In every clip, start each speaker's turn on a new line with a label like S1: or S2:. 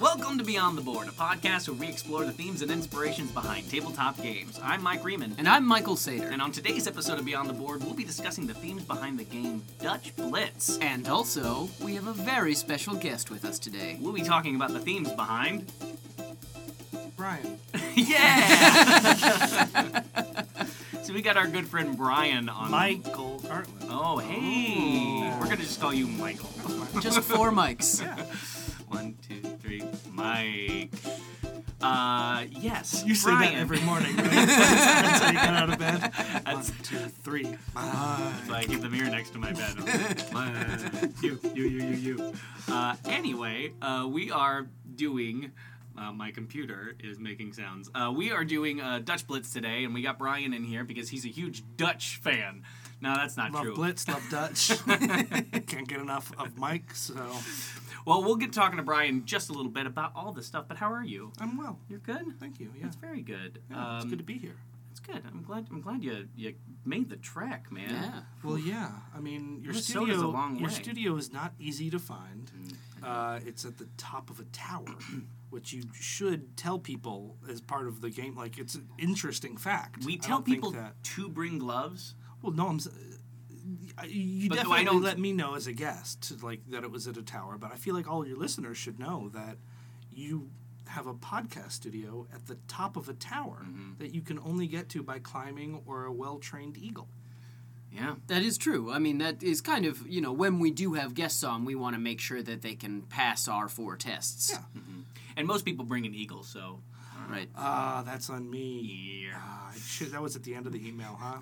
S1: Welcome to Beyond the Board, a podcast where we explore the themes and inspirations behind tabletop games. I'm Mike Riemann,
S2: And I'm Michael Sater.
S1: and on today's episode of Beyond the Board, we'll be discussing the themes behind the game Dutch Blitz.
S2: And also, we have a very special guest with us today.
S1: We'll be talking about the themes behind.
S3: Brian.
S1: yeah! so we got our good friend Brian on.
S3: Michael Cartland.
S1: Oh, hey!
S3: Ooh.
S1: We're gonna just call you Michael.
S2: Just four mics.
S3: Yeah.
S1: One, two, three, Mike. Uh, yes.
S3: You say
S1: Brian.
S3: that every morning, right? That's how you get out of bed.
S1: That's-
S3: One, two, three.
S1: So I keep the mirror next to my bed. Uh, you, you, you, you, you. Uh, anyway, uh, we are doing. Uh, my computer is making sounds. Uh, we are doing uh, Dutch Blitz today, and we got Brian in here because he's a huge Dutch fan. No, that's not
S3: Love
S1: true.
S3: Blitz, love Dutch. Can't get enough of Mike, so
S1: Well, we'll get talking to Brian just a little bit about all this stuff. But how are you?
S3: I'm well.
S1: You're good.
S3: Thank you. Yeah.
S1: That's very good.
S3: Yeah, it's
S1: Um,
S3: good to be here.
S1: It's good. I'm glad. I'm glad you you made the trek, man.
S2: Yeah.
S3: Well, yeah. I mean, your
S1: Minnesota's
S3: studio,
S1: a long
S3: your
S1: way. Mm.
S3: studio is not easy to find. Uh, it's at the top of a tower, which you should tell people as part of the game. Like, it's an interesting fact.
S1: We
S3: I
S1: tell
S3: don't think
S1: people
S3: that.
S1: to bring gloves.
S3: Well, no, I'm. s- I- You
S1: But though I
S3: definitely
S1: don't-
S3: let me know as a guest, like that it was at a tower. But I feel like all your listeners should know that you have a podcast studio at the top of a tower
S1: Mm-hmm.
S3: that you can only get to by climbing or a well-trained eagle.
S1: Yeah.
S2: That is true. I mean, that is kind of, you know, when we do have guests on, we want to make sure that they can pass our four tests.
S3: Yeah.
S1: And most people bring an eagle, so
S2: Right.
S3: Ah, that's on me.
S1: yeah.
S3: Ah, shit, that was at the end of the email, huh?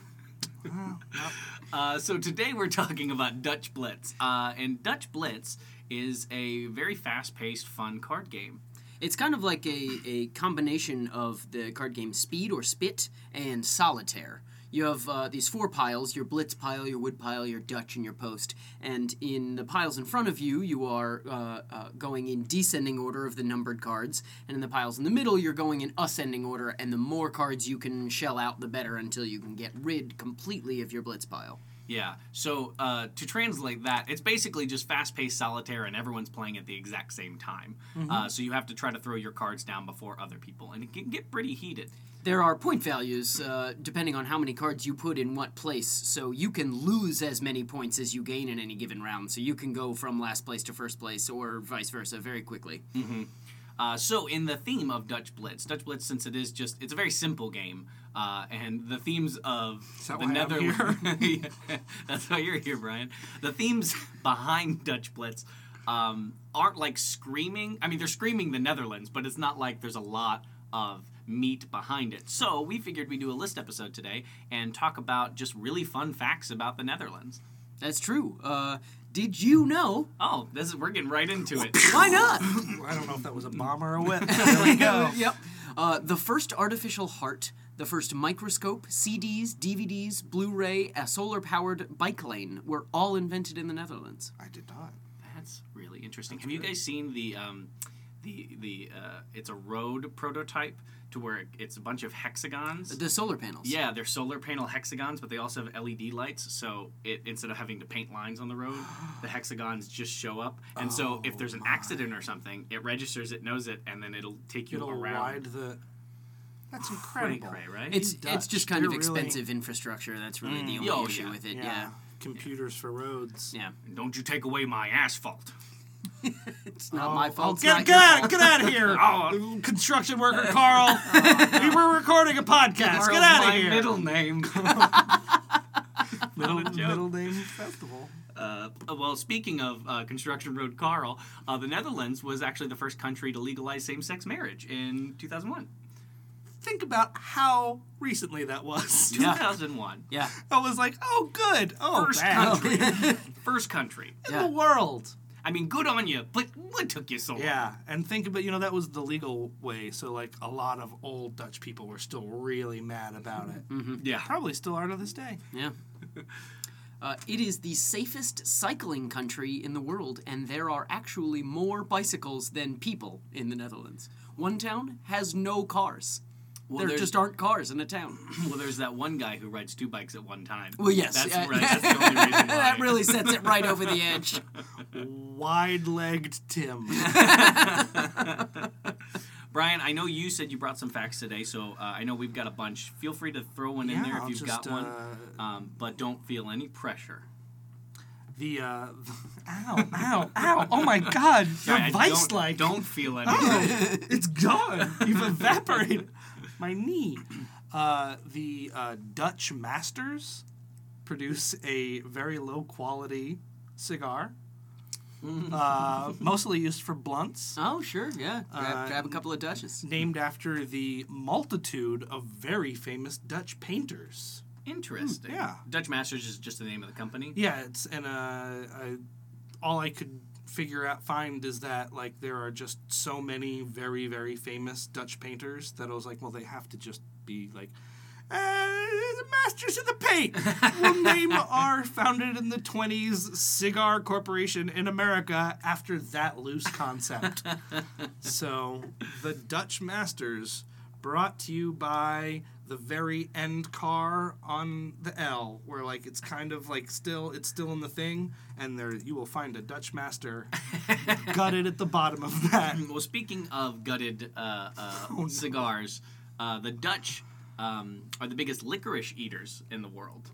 S3: Ah, well,
S1: Uh, so today we're talking about Dutch Blitz, uh, and Dutch Blitz is a very fast-paced, fun card game.
S2: It's kind of like a, a combination of the card game Speed or Spit and Solitaire. You have uh, these four piles your Blitz pile, your Wood pile, your Dutch, and your Post. And in the piles in front of you, you are uh, uh, going in descending order of the numbered cards. And in the piles in the middle, you're going in ascending order. And the more cards you can shell out, the better until you can get rid completely of your Blitz pile.
S1: Yeah. So uh, to translate that, it's basically just fast-paced solitaire, and everyone's playing at the exact same time. Uh, so you have to try to throw your cards down before other people, and it can get pretty heated.
S2: There are point values uh, depending on how many cards you put in what place, so you can lose as many points as you gain in any given round. So you can go from last place to first place, or vice versa, very quickly.
S1: Uh, so in the theme of Dutch Blitz, Dutch Blitz, since it is just it's a very simple game, uh, and the themes of the
S3: that why I'm
S1: Netherlands. That's why you're here, Brian. The themes behind Dutch Blitz um, aren't like screaming. I mean, they're screaming the Netherlands, but it's not like there's a lot of meat behind it. So we figured we'd do a list episode today and talk about just really fun facts about the Netherlands.
S2: That's true. Uh, did you know?
S1: Oh, this is we're getting right into it.
S2: Why not?
S3: I don't know if that was a bomb or a whip. There we go.
S2: yep. Uh, the first artificial heart, the first microscope, CDs, DVDs, Blu-ray, a solar-powered bike lane were all invented in the Netherlands.
S3: I did not.
S1: That's really interesting. Have you guys seen the um, the the uh, it's a road prototype to where it- it's a bunch of hexagons.
S2: The solar panels.
S1: Yeah, they're solar panel hexagons, but they also have LED lights. So it, instead of having to paint lines on the road, the hexagons just show up. And
S3: Oh
S1: so if there's an accident or something, it registers, it knows it, and then it'll take you
S3: It'll
S1: around.
S3: ride the. That's
S1: Pretty
S3: incredible.
S1: cray, right?
S2: It's
S3: Dutch,
S2: it's just kind of
S3: they're really- Mm.
S2: expensive infrastructure. That's really the only
S1: Oh,
S2: issue
S1: yeah.
S2: with it.
S3: Yeah.
S2: yeah.
S3: Computers for roads.
S2: Yeah.
S1: Don't you take away my asphalt.
S2: It's not my fault. it's
S3: Oh,
S2: not
S3: Get,
S2: your
S3: get
S2: fault.
S3: out! Get out of here! uh,
S1: Oh.
S3: Construction worker Carl. we were recording a podcast. get
S1: Carl's
S3: out of
S1: my
S3: here!
S1: middle name.
S3: middle,
S1: joke.
S3: middle name festival.
S1: Uh, well, speaking of uh, construction road, Carl, uh, the Netherlands was actually the first country to legalize same-sex marriage in 2001.
S3: Think about how recently that was.
S1: 2001,
S2: Yeah.
S3: I was like, oh, good. Oh,
S1: First
S3: bad.
S1: country first country.
S3: in
S2: Yeah.
S3: the world.
S1: I mean, good on you, but what took you so long?
S3: Yeah, and think about you know that was the legal way. So like a lot of old Dutch people were still really mad about it.
S1: Yeah.
S3: Probably still are to this day.
S2: Yeah. Uh, it is the safest cycling country in the world, and there are actually more bicycles than people in the Netherlands. One town has no cars. there
S1: there's-
S2: just aren't cars in a town.
S1: Well, there's that one guy who rides two bikes at one time.
S2: Well, yes,
S1: That's
S2: uh,
S1: right. That's the only reason why.
S2: that really sets it right over the edge.
S3: wide legged Tim.
S1: Brian, I know you said you brought some facts today, so uh, I know we've got a bunch. Feel free to throw one in there if
S3: I'll
S1: you've got
S3: just,
S1: one,
S3: uh,
S1: um, but don't feel any pressure.
S3: The uh, ow, ow, ow! Oh my God,
S1: Sorry, I
S3: you're vice
S1: don't-
S3: like.
S1: Don't feel any.
S3: Oh, it's gone. You've evaporated my knee. Uh, the uh, Dutch masters produce a very low quality cigar, uh, mostly used for blunts.
S1: Uh.
S2: Oh, sure, yeah. Grab,
S3: Uh,
S2: grab a couple of Dutches.
S3: Named after the multitude of very famous Dutch painters.
S1: Interesting.
S3: yeah.
S1: Dutch Masters is just the name of the company.
S3: Yeah, it's and uh, I, all I could figure out find is that like there are just so many very very famous Dutch painters that I was like, well, they have to just be like. Uh, the masters of the paint. We'll name our founded in the 20s cigar corporation in America after that loose concept. so, the Dutch Masters brought to you by the very end car on the L, where like it's kind of like still it's still in the thing, and there you will find a Dutch Master gutted at the bottom of that.
S1: Well, speaking of gutted uh, uh, cigars, uh, the Dutch um, are the biggest licorice eaters in the world.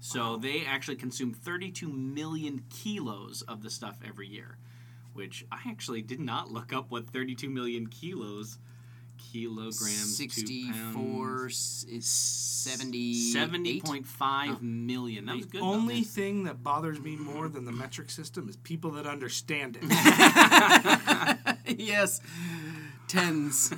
S1: So they actually consume 32 million kilos of the stuff every year, which I actually did not look up what 32 million kilos, kilograms, to pounds-
S2: 64 s- is 70.
S1: 70.5
S2: Oh.
S1: million. That was good. though.
S3: Only thing that bothers me more than the metric system is people that understand it.
S2: yes. Tens.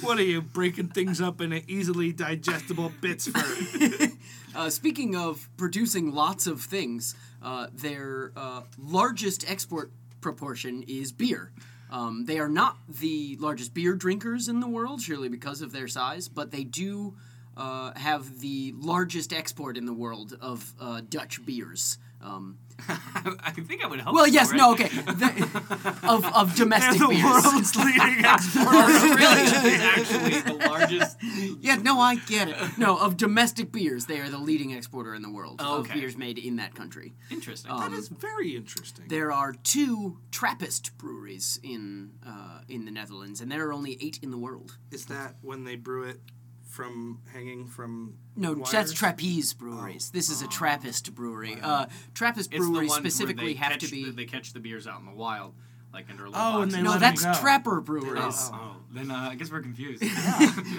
S3: What are you breaking things up into easily digestible bits for?
S2: Uh, speaking of producing lots of things, uh, their uh, largest export proportion is beer. Um, they are not the largest beer drinkers in the world, surely because of their size, but they do uh, have the largest export in the world of uh, Dutch beers. Um,
S1: I think I would hope.
S2: well,
S1: so,
S2: yes,
S1: right?
S2: no, okay, The- of of
S3: They're
S2: domestic
S3: the
S2: beers.
S3: world's leading exporter.
S1: really is actually the largest.
S2: Yeah, no, I get it. No, of domestic beers, they are the leading exporter in the world of
S1: Okay.
S2: beers made in that country.
S1: Interesting.
S3: That is very interesting.
S2: There are two Trappist breweries in uh, in the Netherlands, and there are only eight in the world.
S3: Is that when they brew it from hanging from?
S2: No,
S3: wires?
S2: that's trapeze breweries. This is a Trappist brewery. Uh, Trappist
S1: Oh. it's the ones
S2: breweries
S1: where
S2: specifically
S1: they
S2: have
S1: catch
S2: to be.
S1: The, they catch the beers out in the wild, like under a little
S3: Oh, and
S1: box.
S3: they
S2: no,
S3: let 'em
S2: that's
S3: go.
S2: Trapper breweries.
S1: Oh, then uh, I guess we're confused.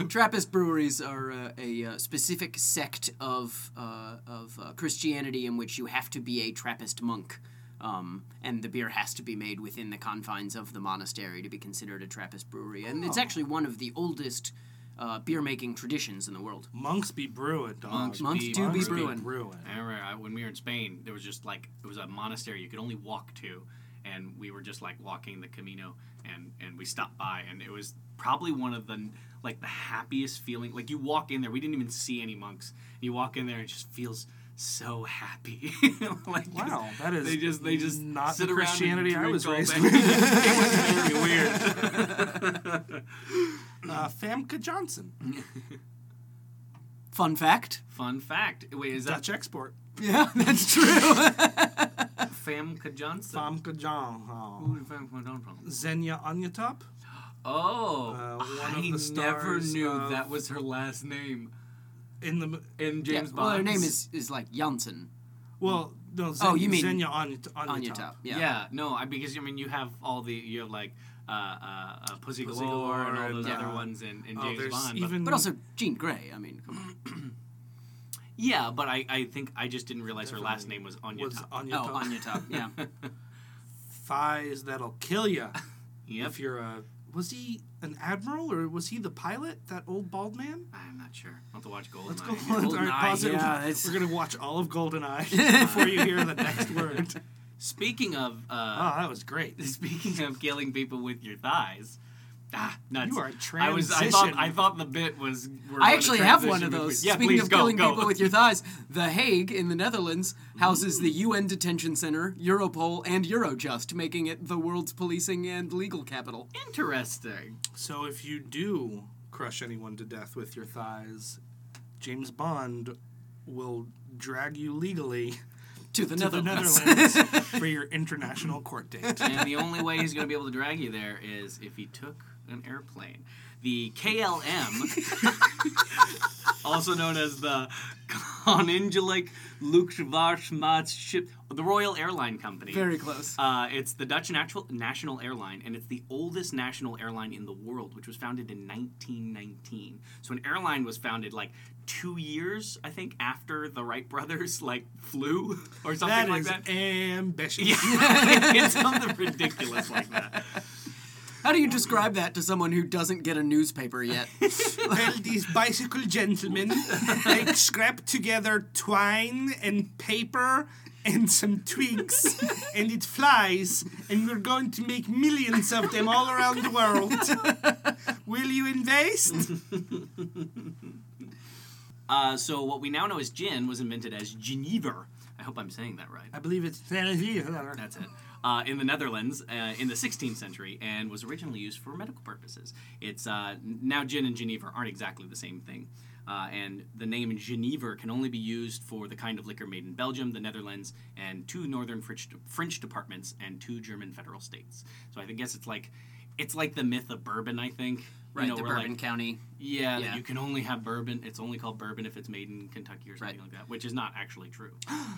S2: Trappist breweries are uh, a uh, specific sect of uh, of uh, Christianity in which you have to be a Trappist monk, um, and the beer has to be made within the confines of the monastery to be considered a Trappist brewery. And
S1: Oh.
S2: it's actually one of the oldest uh, beer making traditions in the world.
S3: Monks be brewing, dog.
S1: Monks
S2: Monks
S1: be-
S2: do
S1: monks
S2: be brewing.
S1: I remember I, when we were in Spain, there was just like it was a monastery you could only walk to, and we were just like walking the Camino, and and we stopped by, and it was probably one of the like the happiest feeling. Like you walk in there, we didn't even see any monks. You walk in there, and it just feels so happy. like
S3: Wow, that is
S1: they just they just
S3: not
S1: sit
S3: the
S1: around and
S3: Christianity I
S1: drink
S3: was
S1: all
S3: raised
S1: day.
S3: with.
S1: it was very weird.
S3: Uh, Famke Johnson,
S1: Mm-hmm.
S2: Fun fact.
S1: Fun fact. Wait, is that
S3: Dutch export.
S2: Yeah, that's true.
S1: Famke Johnson?
S3: Famke Johnson.
S1: Who did Famke Johnson?
S3: Zenya Anyatop.
S1: Oh,
S3: Uh, one
S1: I
S3: of the
S1: never
S3: stars uh,
S1: knew
S3: of-
S1: that was her last name
S3: In the
S1: in
S2: Yeah,
S1: James Bond.
S2: well, her name is, is like Janssen
S3: well, no. Zenya,
S2: Oh, you mean
S3: Zenya Anyat-
S2: on your
S3: Anyatop.
S2: top.
S1: Yeah,
S2: Yeah.
S1: no, I, because I mean you have all the you have like uh, uh, uh, Pussy,
S3: Pussy
S1: Galore, and all
S3: Galore
S1: those
S3: and,
S1: other
S3: uh,
S1: ones in, in
S3: Oh,
S1: James
S3: there's
S1: Bond. but-
S3: even
S2: But also Jean Grey. I mean, come on.
S1: yeah, but I, I think I just didn't realize her last name was Anya.
S3: was
S1: Top.
S3: Anyatop.
S2: Oh, on your top. Yeah.
S3: thighs that'll kill you
S1: Yep,
S3: if you're a. Was he an admiral or was he the pilot? That old bald man.
S1: I'm not sure. I'll have to watch Goldeneye.
S3: Let's go.
S1: again.
S3: All right,
S2: Goldeneye,
S3: pause it.
S2: yeah, it's-
S3: We're gonna watch all of Goldeneye before you hear the next word.
S1: Speaking of uh,
S3: Oh, that was great.
S1: Speaking of killing people with your thighs, ah, nuts.
S3: You are
S1: I was. I thought.
S3: transition.
S1: I thought the bit was. we're
S2: I
S1: gonna
S2: actually have one
S1: transition
S2: of
S1: between-
S2: those.
S1: Yeah,
S2: Speaking
S1: please
S2: of
S1: go,
S2: killing
S1: go.
S2: people with your thighs, The Hague in the Netherlands houses the UN detention center, Europol, and Eurojust, making it the world's policing and legal capital.
S1: Interesting.
S3: So if you do crush anyone to death with your thighs, James Bond will drag you legally
S2: to the
S3: to the
S2: Netherlands.
S3: Netherlands for your international court date.
S1: and the only way he's going to be able to drag you there is if he took an airplane. The KLM, also known as the Koninklijke Luchtvaartmaatschappij, the Royal Airline Company.
S2: Very close.
S1: Uh, it's the Dutch natural, national airline, and it's the oldest national airline in the world, which was founded in 1919. So an airline was founded like two years, I think, after the Wright brothers like flew or something
S3: That
S1: like
S3: is
S1: that.
S3: ambitious.
S1: Yeah, it's something ridiculous like that.
S2: How do you describe that to someone who doesn't get a newspaper yet?
S3: Well, these bicycle gentlemen, they scrap together twine and paper and some twigs, and it flies, and we're going to make millions of them all around the world. Will you invest?
S1: Uh, so what we now know as gin was invented as Genever. I hope I'm saying that right.
S3: I believe it's
S1: That's it. Uh, in the Netherlands uh, in the 16th century and was originally used for medical purposes. It's uh, now gin and Geneva aren't exactly the same thing. Uh, and the name Geneva can only be used for the kind of liquor made in Belgium, the Netherlands, and two northern French, French departments and two German federal states. So I guess it's like it's like the myth of bourbon. I think
S2: right,
S1: You know,
S2: the
S1: we're like-
S2: Bourbon County.
S1: yeah, that
S2: Yeah.
S1: you can only have bourbon. It's only called bourbon if it's made in Kentucky or something
S2: Right.
S1: like that, which is not actually true.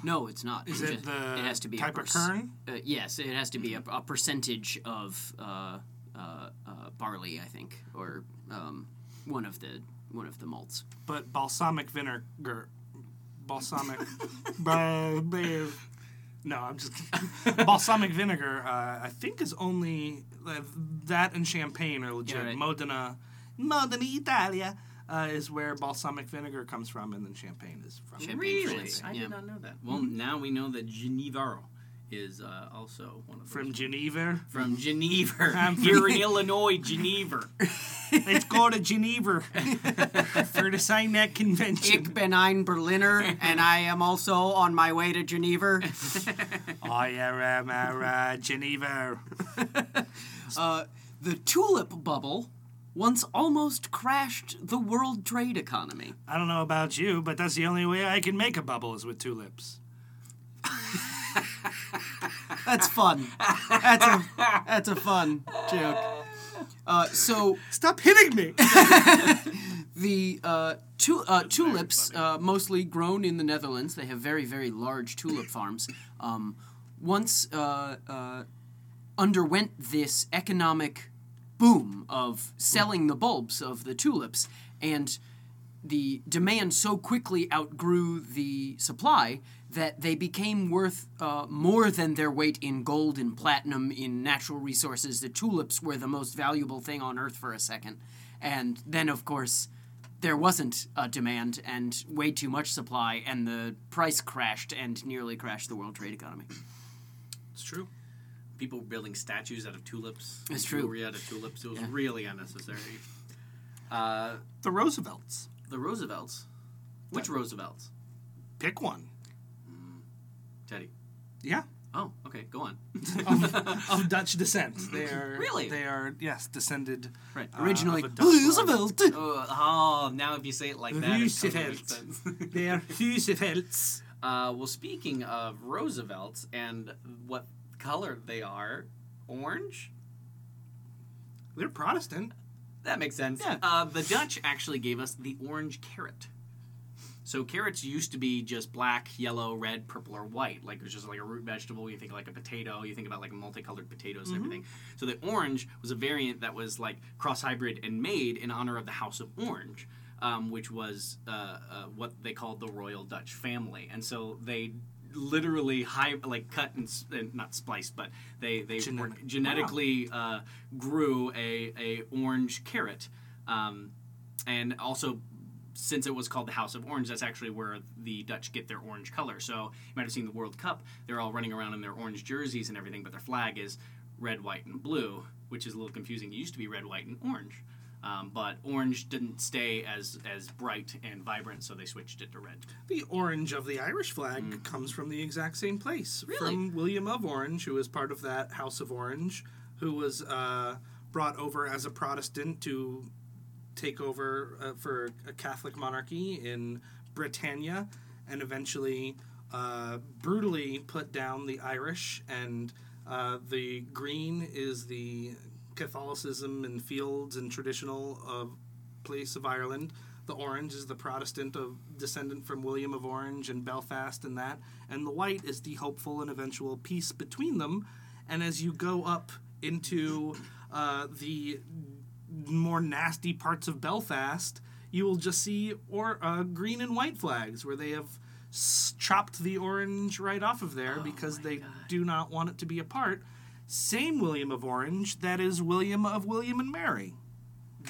S2: No, it's not.
S3: Is
S2: It's
S3: it
S2: just-
S3: the
S2: it has to be
S3: type
S2: a
S3: of
S2: perc-
S3: kern?
S2: Uh, yes, it has to be a, a percentage of uh, uh, uh, barley, I think, or um, one of the one of the malts.
S3: But balsamic vinegar. Balsamic. ba- ba- no, I'm just. balsamic vinegar, uh, I think, is only. Uh, that and champagne are legit.
S2: Yeah, right.
S3: Modena. Modena, Italia. Uh, is where balsamic vinegar comes from, and then champagne is from.
S2: Champagne,
S1: really?
S2: France,
S1: I
S2: yeah.
S1: did not know that. Hmm. Well, now we know that Genevaro is uh, also one of those.
S3: From Geneva.
S1: from Geneva.
S3: I'm from-
S1: Here in Illinois, Geneva.
S3: Let's go to Geneva for to sign that convention.
S2: Ich bin ein Berliner, and I am also on my way to Geneva.
S3: I am uh, Geneva.
S2: Uh, the tulip bubble once almost crashed the world trade economy.
S3: I don't know about you, but that's the only way I can make a bubble is with tulips.
S2: That's fun. That's a that's a fun joke. Uh, so
S3: Stop hitting me!
S2: the uh, tu- uh, tulips, uh, mostly grown in the Netherlands, they have very very large tulip farms. Um, once uh, uh, underwent this economic boom of selling the bulbs of the tulips, and the demand so quickly outgrew the supply that they became worth uh, more than their weight in gold and platinum in natural resources. The tulips were the most valuable thing on earth for a second. And then, of course, there wasn't a demand and way too much supply, and the price crashed and nearly crashed the world trade economy.
S1: It's true. People were building statues out of tulips.
S2: It's true.
S1: Jewelry out of tulips. It was really unnecessary.
S3: The Roosevelts.
S1: The Roosevelts. Which Roosevelts?
S3: Pick one.
S1: Teddy.
S3: Yeah.
S1: Oh, okay. Go on.
S3: Of, of Dutch descent. They are
S1: Really?
S3: They are yes descended.
S1: Right.
S3: uh,
S2: Originally,
S3: of a Dutch line.
S2: Roosevelt!
S1: Oh, oh, now if you say it like that, it totally makes
S3: Roosevelt.
S1: sense.
S3: They are Roosevelts.
S1: Uh, well, speaking of Roosevelts and what color they are, orange?
S3: They're Protestant.
S1: That makes sense.
S2: Yeah.
S1: Uh, the Dutch actually gave us the orange carrot. So carrots used to be just black, yellow, red, purple, or white. Like it was just like a root vegetable. You think like a potato. You think about like multicolored potatoes and everything. So the orange was a variant that was like cross hybrid and made in honor of the House of Orange, um, which was uh, uh, what they called the royal Dutch family. And so they literally hy- like cut and, s- and not spliced, but they they were
S3: Genetic- wow.
S1: genetically uh, grew a a orange carrot. Um, and also since it was called the House of Orange, that's actually where the Dutch get their orange color. So you might have seen the World Cup; they're all running around in their orange jerseys and everything, but their flag is red, white, and blue, which is a little confusing. It used to be red, white, and orange, um, but orange didn't stay as as bright and vibrant, so they switched it to red.
S3: The orange of the Irish flag comes from the exact same place.
S2: Really?
S3: From William of Orange, who was part of that House of Orange, who was uh, brought over as a Protestant to take over uh, for a Catholic monarchy in Britannia and eventually uh, brutally put down the Irish, and uh, the green is the Catholicism and fields and traditional of place of Ireland. The orange is the Protestant of descendant from William of Orange and Belfast and that, and the white is the hopeful and eventual peace between them. And as you go up into uh, the more nasty parts of Belfast, you will just see or uh, green and white flags where they have s- chopped the orange right off of there because they do not want it to be a part. Same William of Orange, that is William of William and Mary.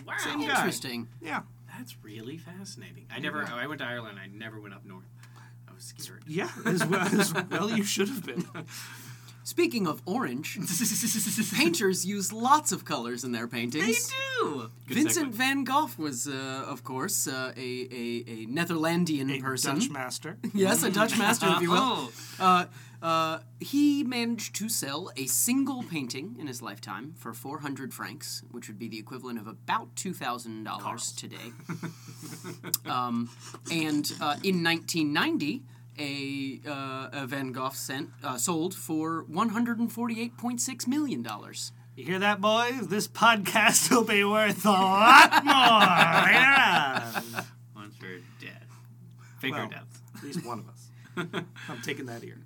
S1: Wow.
S3: Same guy.
S2: Interesting.
S3: Yeah.
S1: That's really fascinating. I never. I went to Ireland. I never went up north. I was scared.
S3: Yeah, as well, as well you should have been.
S2: Speaking of orange, painters use lots of colors in their
S1: they
S2: paintings.
S1: do. Good
S2: Vincent
S1: segue.
S2: van Gogh was, uh, of course, uh, a, a, a Netherlandian person.
S3: Dutch master.
S2: yes, a Dutch master, if you will.
S1: Oh.
S2: Uh, uh, he managed to sell a single painting in his lifetime for 400 francs, which would be the equivalent of about $2,000 today. um, and uh, in 1990, a, uh, a Van Gogh sent, uh, sold for $148.6 million.
S3: You hear that, boys? This podcast will be worth a lot more. Yeah.
S1: Once you're dead. Figure
S3: Well.
S1: death.
S3: At least one of us. I'm taking that ear.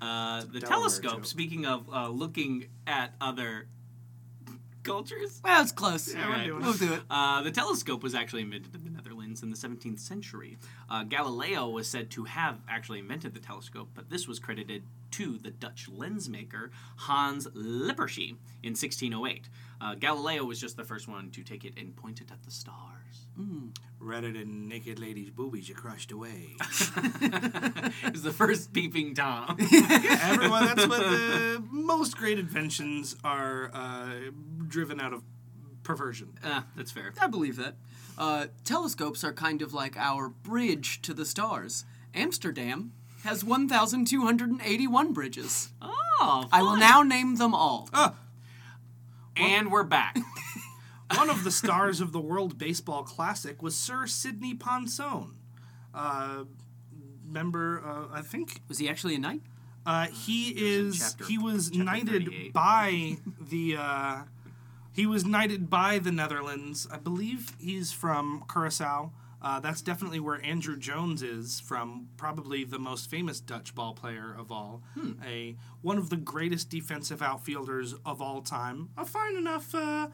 S1: Uh, the
S3: Delaware
S1: telescope.
S3: joke.
S1: Speaking of uh, looking at other cultures,
S2: Well, it's close.
S1: we're Alright. doing
S2: We'll do it.
S1: Uh, the telescope was actually invented in the Netherlands in the 17th century. Uh, Galileo was said to have actually invented the telescope, but this was credited to the Dutch lensmaker Hans Lippershey in 1608. Uh, Galileo was just the first one to take it and point it at the stars.
S3: Rather than naked ladies' boobies, you crushed away.
S1: it was the first peeping Tom.
S3: Everyone, that's what the most great inventions are uh, driven out of perversion.
S1: uh, that's fair.
S2: I believe that. Uh, telescopes are kind of like our bridge to the stars. Amsterdam has 1,281 bridges.
S1: Oh,
S2: I will
S1: fun.
S2: now name them all.
S1: And we're back.
S3: One of the stars of the World Baseball Classic was Sir Sidney Ponson. Uh, member, uh, I think
S2: Was he actually a knight?
S3: Uh, he is.
S1: chapter-
S3: he was
S1: chapter
S3: knighted
S1: 38.
S3: by the. Uh, he was knighted by the Netherlands. I believe he's from Curacao. Uh, that's definitely where Andrew Jones is from. Probably the most famous Dutch ball player of all. A one of the greatest defensive outfielders of all time. A fine enough. Uh,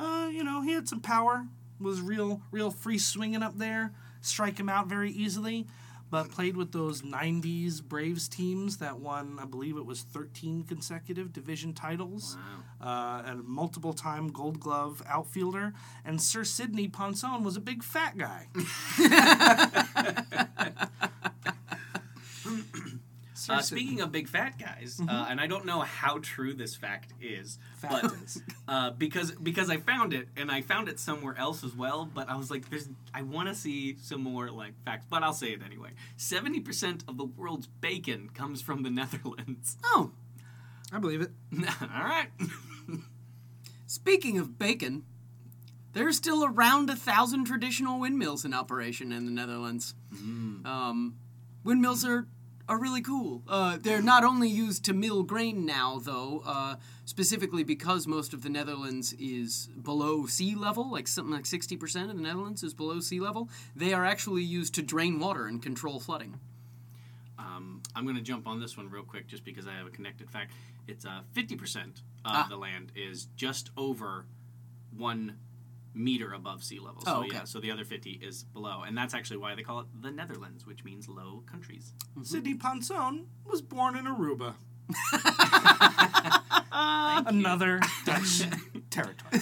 S3: uh, you know, he had some power. Was real, real free swinging up there. Strike him out very easily but played with those 90s Braves teams that won, I believe it was 13 consecutive division titles, uh, and a multiple time gold glove outfielder. And Sir Sidney Ponson was a big fat guy. Sir
S1: Uh,
S3: Sidney.
S1: speaking of big fat guys, uh, and I don't know how true this fact is,
S3: Mm-hmm. Fact
S1: but
S3: is.
S1: Uh, because because I found it and I found it somewhere else as well. But I was like, there's I want to see some more like facts, but I'll say it anyway. Seventy percent of the world's bacon comes from the Netherlands.
S2: Oh,
S3: I believe it.
S1: All right,
S2: speaking of bacon, there's still around a thousand traditional windmills in operation in the Netherlands. Um, windmills are are really cool. Uh, they're not only used to mill grain now, though, uh, specifically because most of the Netherlands is below sea level, like something like 60% of the Netherlands is below sea level. They are actually used to drain water and control flooding.
S1: um, I'm gonna jump on this one real quick just because I have a connected fact. It's uh, fifty percent of
S2: Ah.
S1: the land is just over one meter above sea level. So
S2: Oh, okay.
S1: yeah, so the other fifty is below, and that's actually why they call it the Netherlands, which means low countries.
S3: Sidney Ponson was born in Aruba. Another Dutch territory.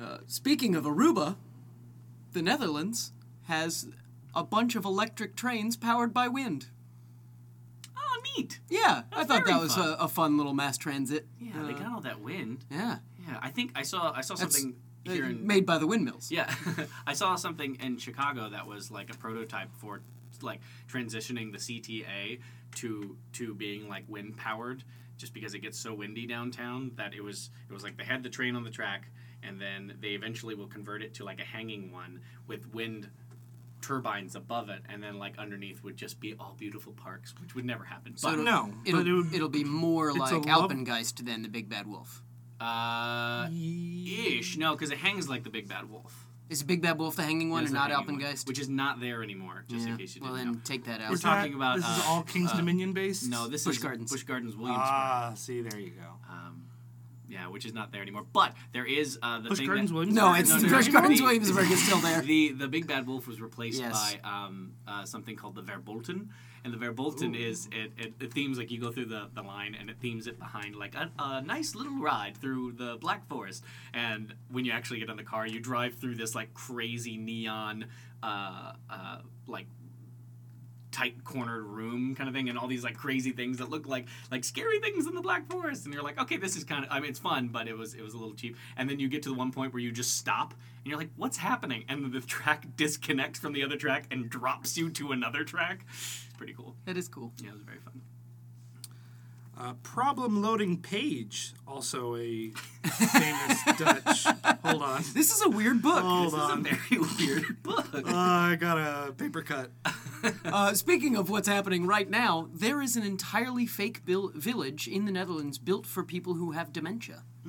S2: Uh, speaking of Aruba, the Netherlands has a bunch of electric trains powered by wind.
S1: Oh, neat.
S2: Yeah, I thought
S1: very
S2: that was
S1: fun.
S2: A, a fun little mass transit.
S1: Yeah, they
S2: Uh,
S1: got all that wind.
S2: yeah.
S1: Yeah, I think I saw I saw
S2: That's
S1: something
S2: uh,
S1: here in
S2: made by the windmills.
S1: yeah, I saw something in Chicago that was like a prototype for like transitioning the CTA to to being like wind powered, just because it gets so windy downtown that it was it was like they had the train on the track and then they eventually will convert it to like a hanging one with wind turbines above it, and then like underneath would just be all beautiful parks, which would never happen.
S2: So
S1: but
S2: it'll,
S3: no,
S2: it'll,
S3: but it would-
S2: it'll be more
S3: it's a
S2: like
S3: love-
S2: Alpengeist than the Big Bad Wolf.
S1: uh,
S3: Ye-
S1: ish, no, because it hangs like the big bad wolf,
S2: Is Big Bad Wolf the hanging
S1: It
S2: one
S1: is
S2: and
S1: the
S2: not
S1: hanging one,
S2: Alpengeist?
S1: which is not there anymore. Just
S2: yeah.
S1: in case you
S2: well,
S1: didn't
S2: then
S1: know.
S2: take that out.
S1: We're
S3: Is
S1: talking-
S3: that-
S1: about,
S3: This is
S1: uh,
S3: all King's
S1: uh,
S3: Dominion based.
S1: No, this
S2: Busch
S1: is
S2: Gardens.
S1: Bush Gardens Williamsburg.
S3: Ah, see, there you go.
S1: um, yeah, which is not there anymore. But there is uh, the
S3: Bush
S1: thing
S3: Gardens
S1: that,
S3: Williamsburg.
S2: no, it's
S1: No, no,
S2: Busch
S1: no.
S2: Gardens
S1: The-
S2: Williamsburg is still there.
S1: The the big bad wolf was replaced
S2: Yes.
S1: by um, uh, something called the Verbolten, and the Verbolten is it, it, it themes like you go through the, the line and it themes it behind like a, a nice little ride through the Black Forest, and when you actually get on the car, you drive through this like crazy neon uh, uh, like tight cornered room kind of thing and all these like crazy things that look like like scary things in the black forest and you're like okay this is kind of i mean it's fun but it was it was a little cheap and then you get to the one point where you just stop and you're like what's happening and the track disconnects from the other track and drops you to another track it's pretty cool
S2: That is cool.
S1: yeah it was very fun
S3: Uh, problem loading page, also a famous Dutch. Hold on.
S2: This is a weird book.
S3: Hold
S1: this
S3: on.
S1: is a very weird book
S3: Uh, I got a paper cut.
S2: Uh, speaking of what's happening right now, there is an entirely fake bil- village in the Netherlands built for people who have dementia. Um, to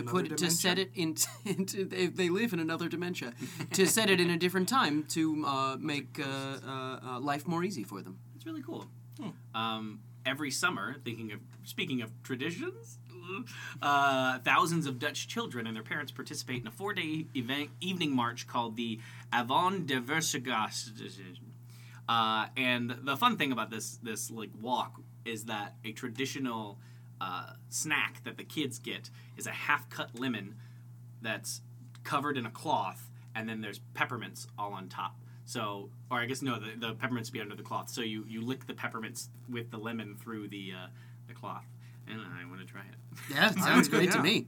S3: Hmm. Another
S2: put to set it in, into they, they live in another dementia. to set it in a different time to uh, make uh, uh, uh, life more easy for them.
S1: It's really cool. Um, every summer, thinking of speaking of traditions, uh, thousands of Dutch children and their parents participate in a four-day event evening march called the Avon de Versagas. Uh, and the fun thing about this this like walk is that a traditional uh, snack that the kids get is a half-cut lemon that's covered in a cloth, and then there's peppermints all on top. So, or I guess no, the, the peppermints be under the cloth. So you, you lick the peppermints with the lemon through the uh, the cloth, and I want to try it.
S2: Yeah, it sounds great to
S3: yeah.
S2: me.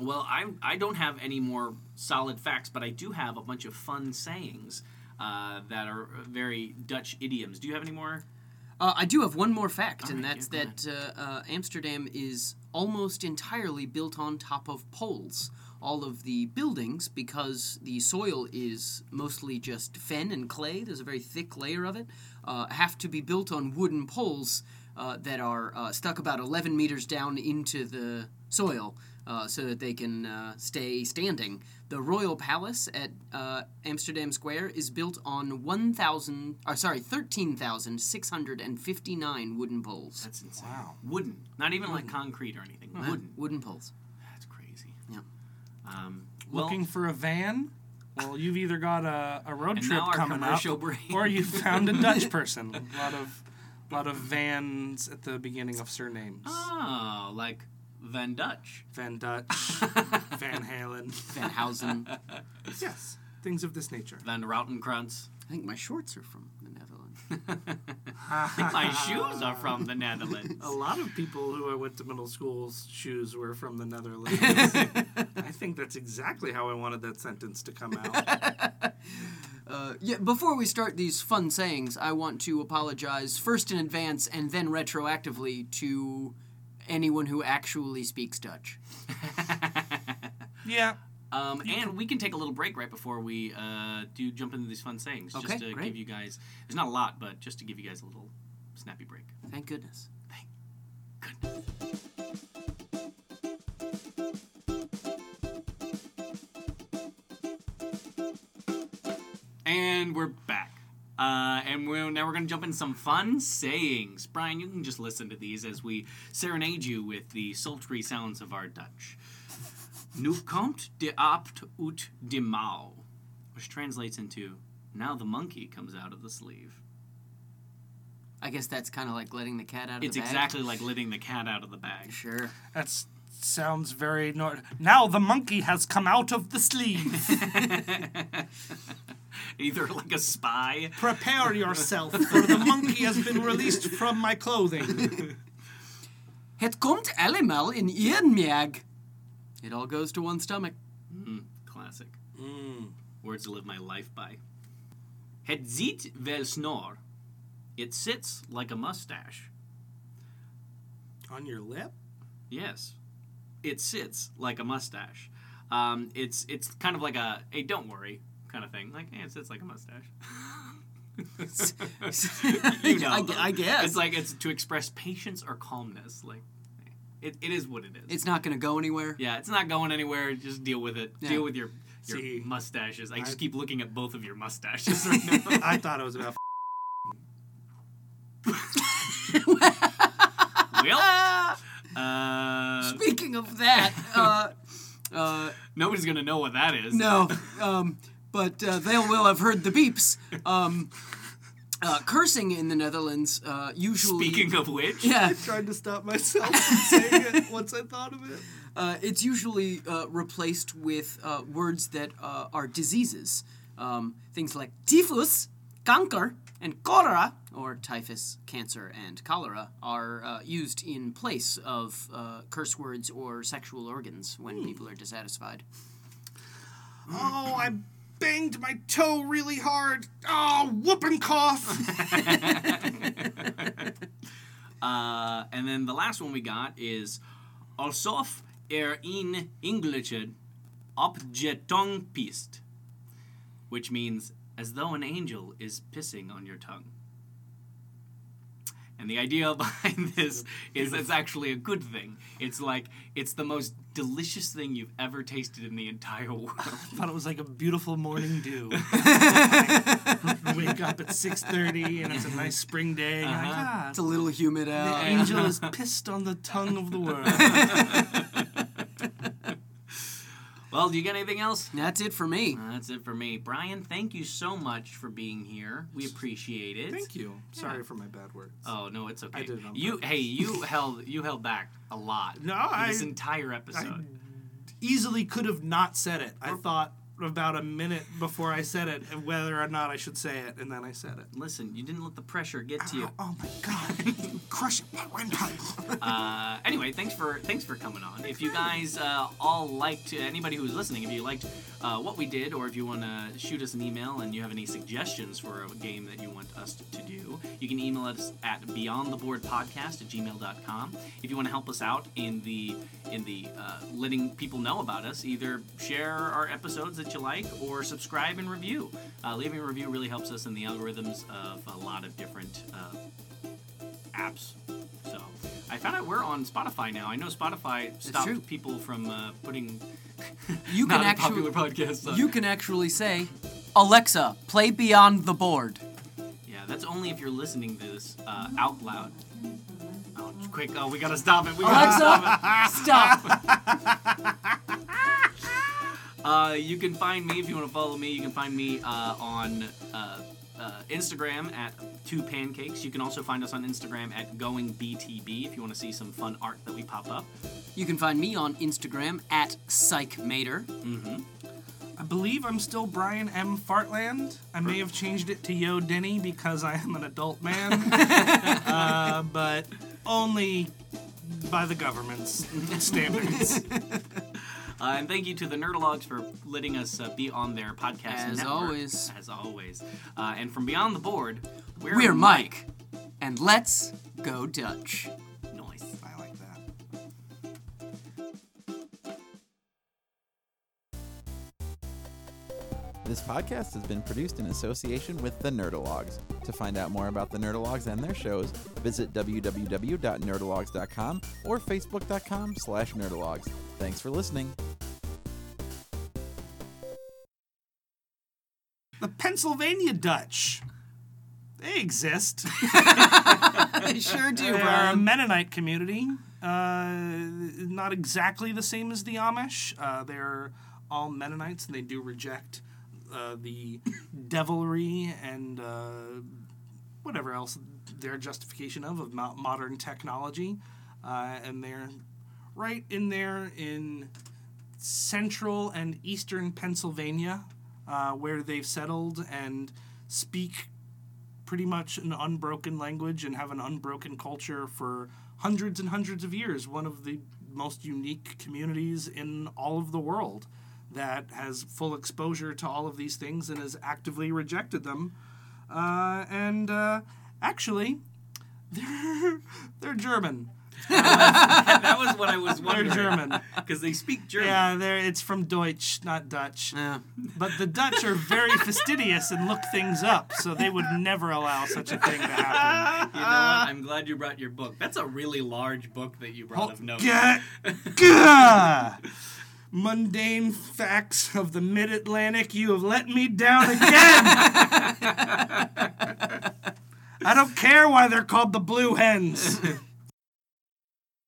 S1: Well, I I don't have any more solid facts, but I do have a bunch of fun sayings uh, that are very Dutch idioms. Do you have any more?
S2: Uh, I do have one more fact, and
S1: right,
S2: that's
S1: yeah,
S2: that uh, uh, Amsterdam is almost entirely built on top of poles. All of the buildings, because the soil is mostly just fen and clay, there's a very thick layer of it, uh, have to be built on wooden poles uh, that are uh, stuck about 11 meters down into the soil uh, so that they can uh, stay standing. The Royal Palace at uh, Amsterdam Square is built on 1,000, or sorry, 13,659 wooden poles.
S1: That's insane.
S3: Wow.
S1: Wooden, not even like concrete or anything. Wooden.
S2: Wooden poles.
S1: That's crazy.
S2: Yeah.
S1: Um, well,
S3: Looking for a van? Well, you've either got a, a road
S1: And
S3: trip
S1: now our
S3: coming up,
S1: commercial break.
S3: or you found a Dutch person. A lot of, lot of vans at the beginning of surnames.
S1: oh, like Van Dutch.
S3: Van Dutch, Van Halen.
S2: Van Housen. I
S3: Yes, things of this nature.
S1: Van Routenkranz.
S2: think my shorts are from the Netherlands.
S1: My shoes are from the Netherlands.
S2: Oh.
S3: A lot of people who I went to middle school's shoes were from the Netherlands. I think that's exactly how I wanted that sentence to come out.
S2: Uh, yeah, before we start these fun sayings, I want to apologize first in advance and then retroactively to anyone who actually speaks Dutch.
S3: Yeah.
S1: Um, and we can take a little break right before we uh, do jump into these fun sayings,
S2: Okay,
S1: just to
S2: great.
S1: give you guys. There's not a lot, but just to give you guys a little snappy break.
S2: Thank goodness.
S1: And we're back. Uh, and we're, now we're going to jump into some fun sayings. Brian, you can just listen to these as we serenade you with the sultry sounds of our Dutch. Nu komt de apt ut de mouw, which translates into now the monkey comes out of the sleeve.
S2: I guess that's kind of like letting the cat out of
S1: It's
S2: the bag.
S1: exactly like letting the cat out of the bag.
S2: Sure.
S3: That sounds very. Nor- now the monkey has come out of the sleeve.
S1: Either like a spy.
S3: Prepare yourself, for the monkey has been released from my clothing.
S2: Het komt allemaal in ihren Miag. It all goes to one stomach.
S1: Classic.
S2: Mm.
S1: Words to live my life by. Het zit wel snor. It sits like a mustache.
S3: On your lip?
S1: Yes. it sits like a mustache. Um, it's it's kind of like a hey, don't worry kind of thing. Like hey, it sits like a mustache. you know,
S2: I, gu- I guess
S1: it's like it's to express patience or calmness. Like it, it is what it is.
S2: it's not going to go anywhere.
S1: yeah, it's not going anywhere. Just deal with it.
S2: Yeah.
S1: Deal with your your
S3: See,
S1: mustaches. I, just
S3: I-
S1: keep looking at both of your mustaches right now.
S3: I thought it was about.
S1: well, uh,
S2: Speaking of that, uh, uh,
S1: nobody's gonna know what that is.
S2: no, um, but uh, they will have heard the beeps. Um, uh, cursing in the Netherlands uh, usually.
S1: Speaking of which,
S2: Yeah,
S3: I tried to stop myself from saying it once I thought of it.
S2: uh, it's usually uh, replaced with uh, words that uh, are diseases. Um, things like typhus, canker, and cholera, or typhus, cancer, and cholera, are uh, used in place of uh, curse words or sexual organs when people are dissatisfied.
S3: Oh, I banged my toe really hard. Oh, whooping cough.
S1: Uh, and then the last one we got is Alsof er in Englischen Objetung pist, which means as though an angel is pissing on your tongue. And the idea behind this is it's actually a good thing. It's like it's the most delicious thing you've ever tasted in the entire world.
S3: I thought it was like a beautiful morning dew. Wake up at 6.30 and it's a nice spring day. and you're like, "Ah,
S2: It's a little humid
S3: the
S2: out.
S3: angel is pissed on the tongue of the world.
S1: Well, do you got anything else?
S2: That's it for me.
S1: Uh, That's it for me. Brian, thank you so much for being here. We appreciate it.
S3: Thank you. Sorry for my bad words.
S1: Oh no, it's okay.
S3: I did it on
S1: you hey, you held you held back a lot.
S3: No,
S1: for this
S3: I-
S1: entire episode.
S3: Easily could have not said it. I thought about a minute before I said it whether or not I should say it, and then I said it.
S1: Listen, you didn't let the pressure get to you.
S3: Oh my god. Crush it that one time.
S1: Uh, anyway, thanks for thanks for coming on. If you guys uh, all liked anybody who's listening, if you liked uh, what we did, or if you want to shoot us an email and you have any suggestions for a game that you want us to do, you can email us at beyondtheboardpodcast at gmail.com. If you want to help us out in the in the uh, letting people know about us, either share our episodes that you like or subscribe and review. Uh, leaving a review really helps us in the algorithms of a lot of different. Uh, apps. So I found out we're on Spotify now. I know Spotify
S2: true.
S1: stopped people from uh, putting
S2: You
S1: not
S2: can
S1: popular
S2: actually
S1: podcasts. On.
S2: you can actually say, Alexa, play Beyond the Board.
S1: yeah, that's only if you're listening to this uh, out loud. Oh, quick! Oh, we gotta stop it. We gotta
S2: Alexa,
S1: stop it.
S2: Stop.
S1: Uh, you can find me if you want to follow me. You can find me uh, on uh, uh, Instagram at Two Pancakes. You can also find us on Instagram at Going BTB if you want to see some fun art that we pop up.
S2: You can find me on Instagram at psychmater.
S3: I believe I'm still Brian M. Fartland. I may have changed it to Yo Denny because I am an adult man, uh, but only by the government's standards.
S1: Uh, and thank you to the Nerdalogs for letting us uh, be on their podcast.
S2: As
S1: network,
S2: always.
S1: As always. Uh, and from beyond the board, we're,
S2: We're Mike, and let's go Dutch.
S1: Nice.
S3: I like that.
S4: This podcast has been produced in association with The Nerdalogs. To find out more about The Nerdalogs and their shows, visit www.nerdalogs.com or facebook.com slash nerdalogs. Thanks for listening.
S3: The Pennsylvania Dutch. They exist.
S2: I sure do,
S3: They're a
S2: Brian.
S3: Mennonite community. Uh, not exactly the same as the Amish. Uh, they're all Mennonites, and they do reject uh, the devilry and uh, whatever else their justification of of mo- modern technology. Uh, and they're right in there in central and eastern Pennsylvania, uh, where they've settled and speak pretty much an unbroken language and have an unbroken culture for hundreds and hundreds of years. One of the most unique communities in all of the world that has full exposure to all of these things and has actively rejected them. Uh, and uh, actually, they're, they're German.
S1: that was what I was
S3: They're
S1: wondering.
S3: German.
S1: because they speak German.
S3: Yeah, they're, it's from Deutsch, not Dutch.
S2: Yeah.
S3: But the Dutch are very fastidious and look things up, so they would never allow such a thing to happen.
S1: You know what? I'm glad you brought your book. That's a really large book that you brought of notes.
S3: Gah! Gah! Mundane facts of the Mid Atlantic, you have let me down again! I don't care why they're called the Blue Hens.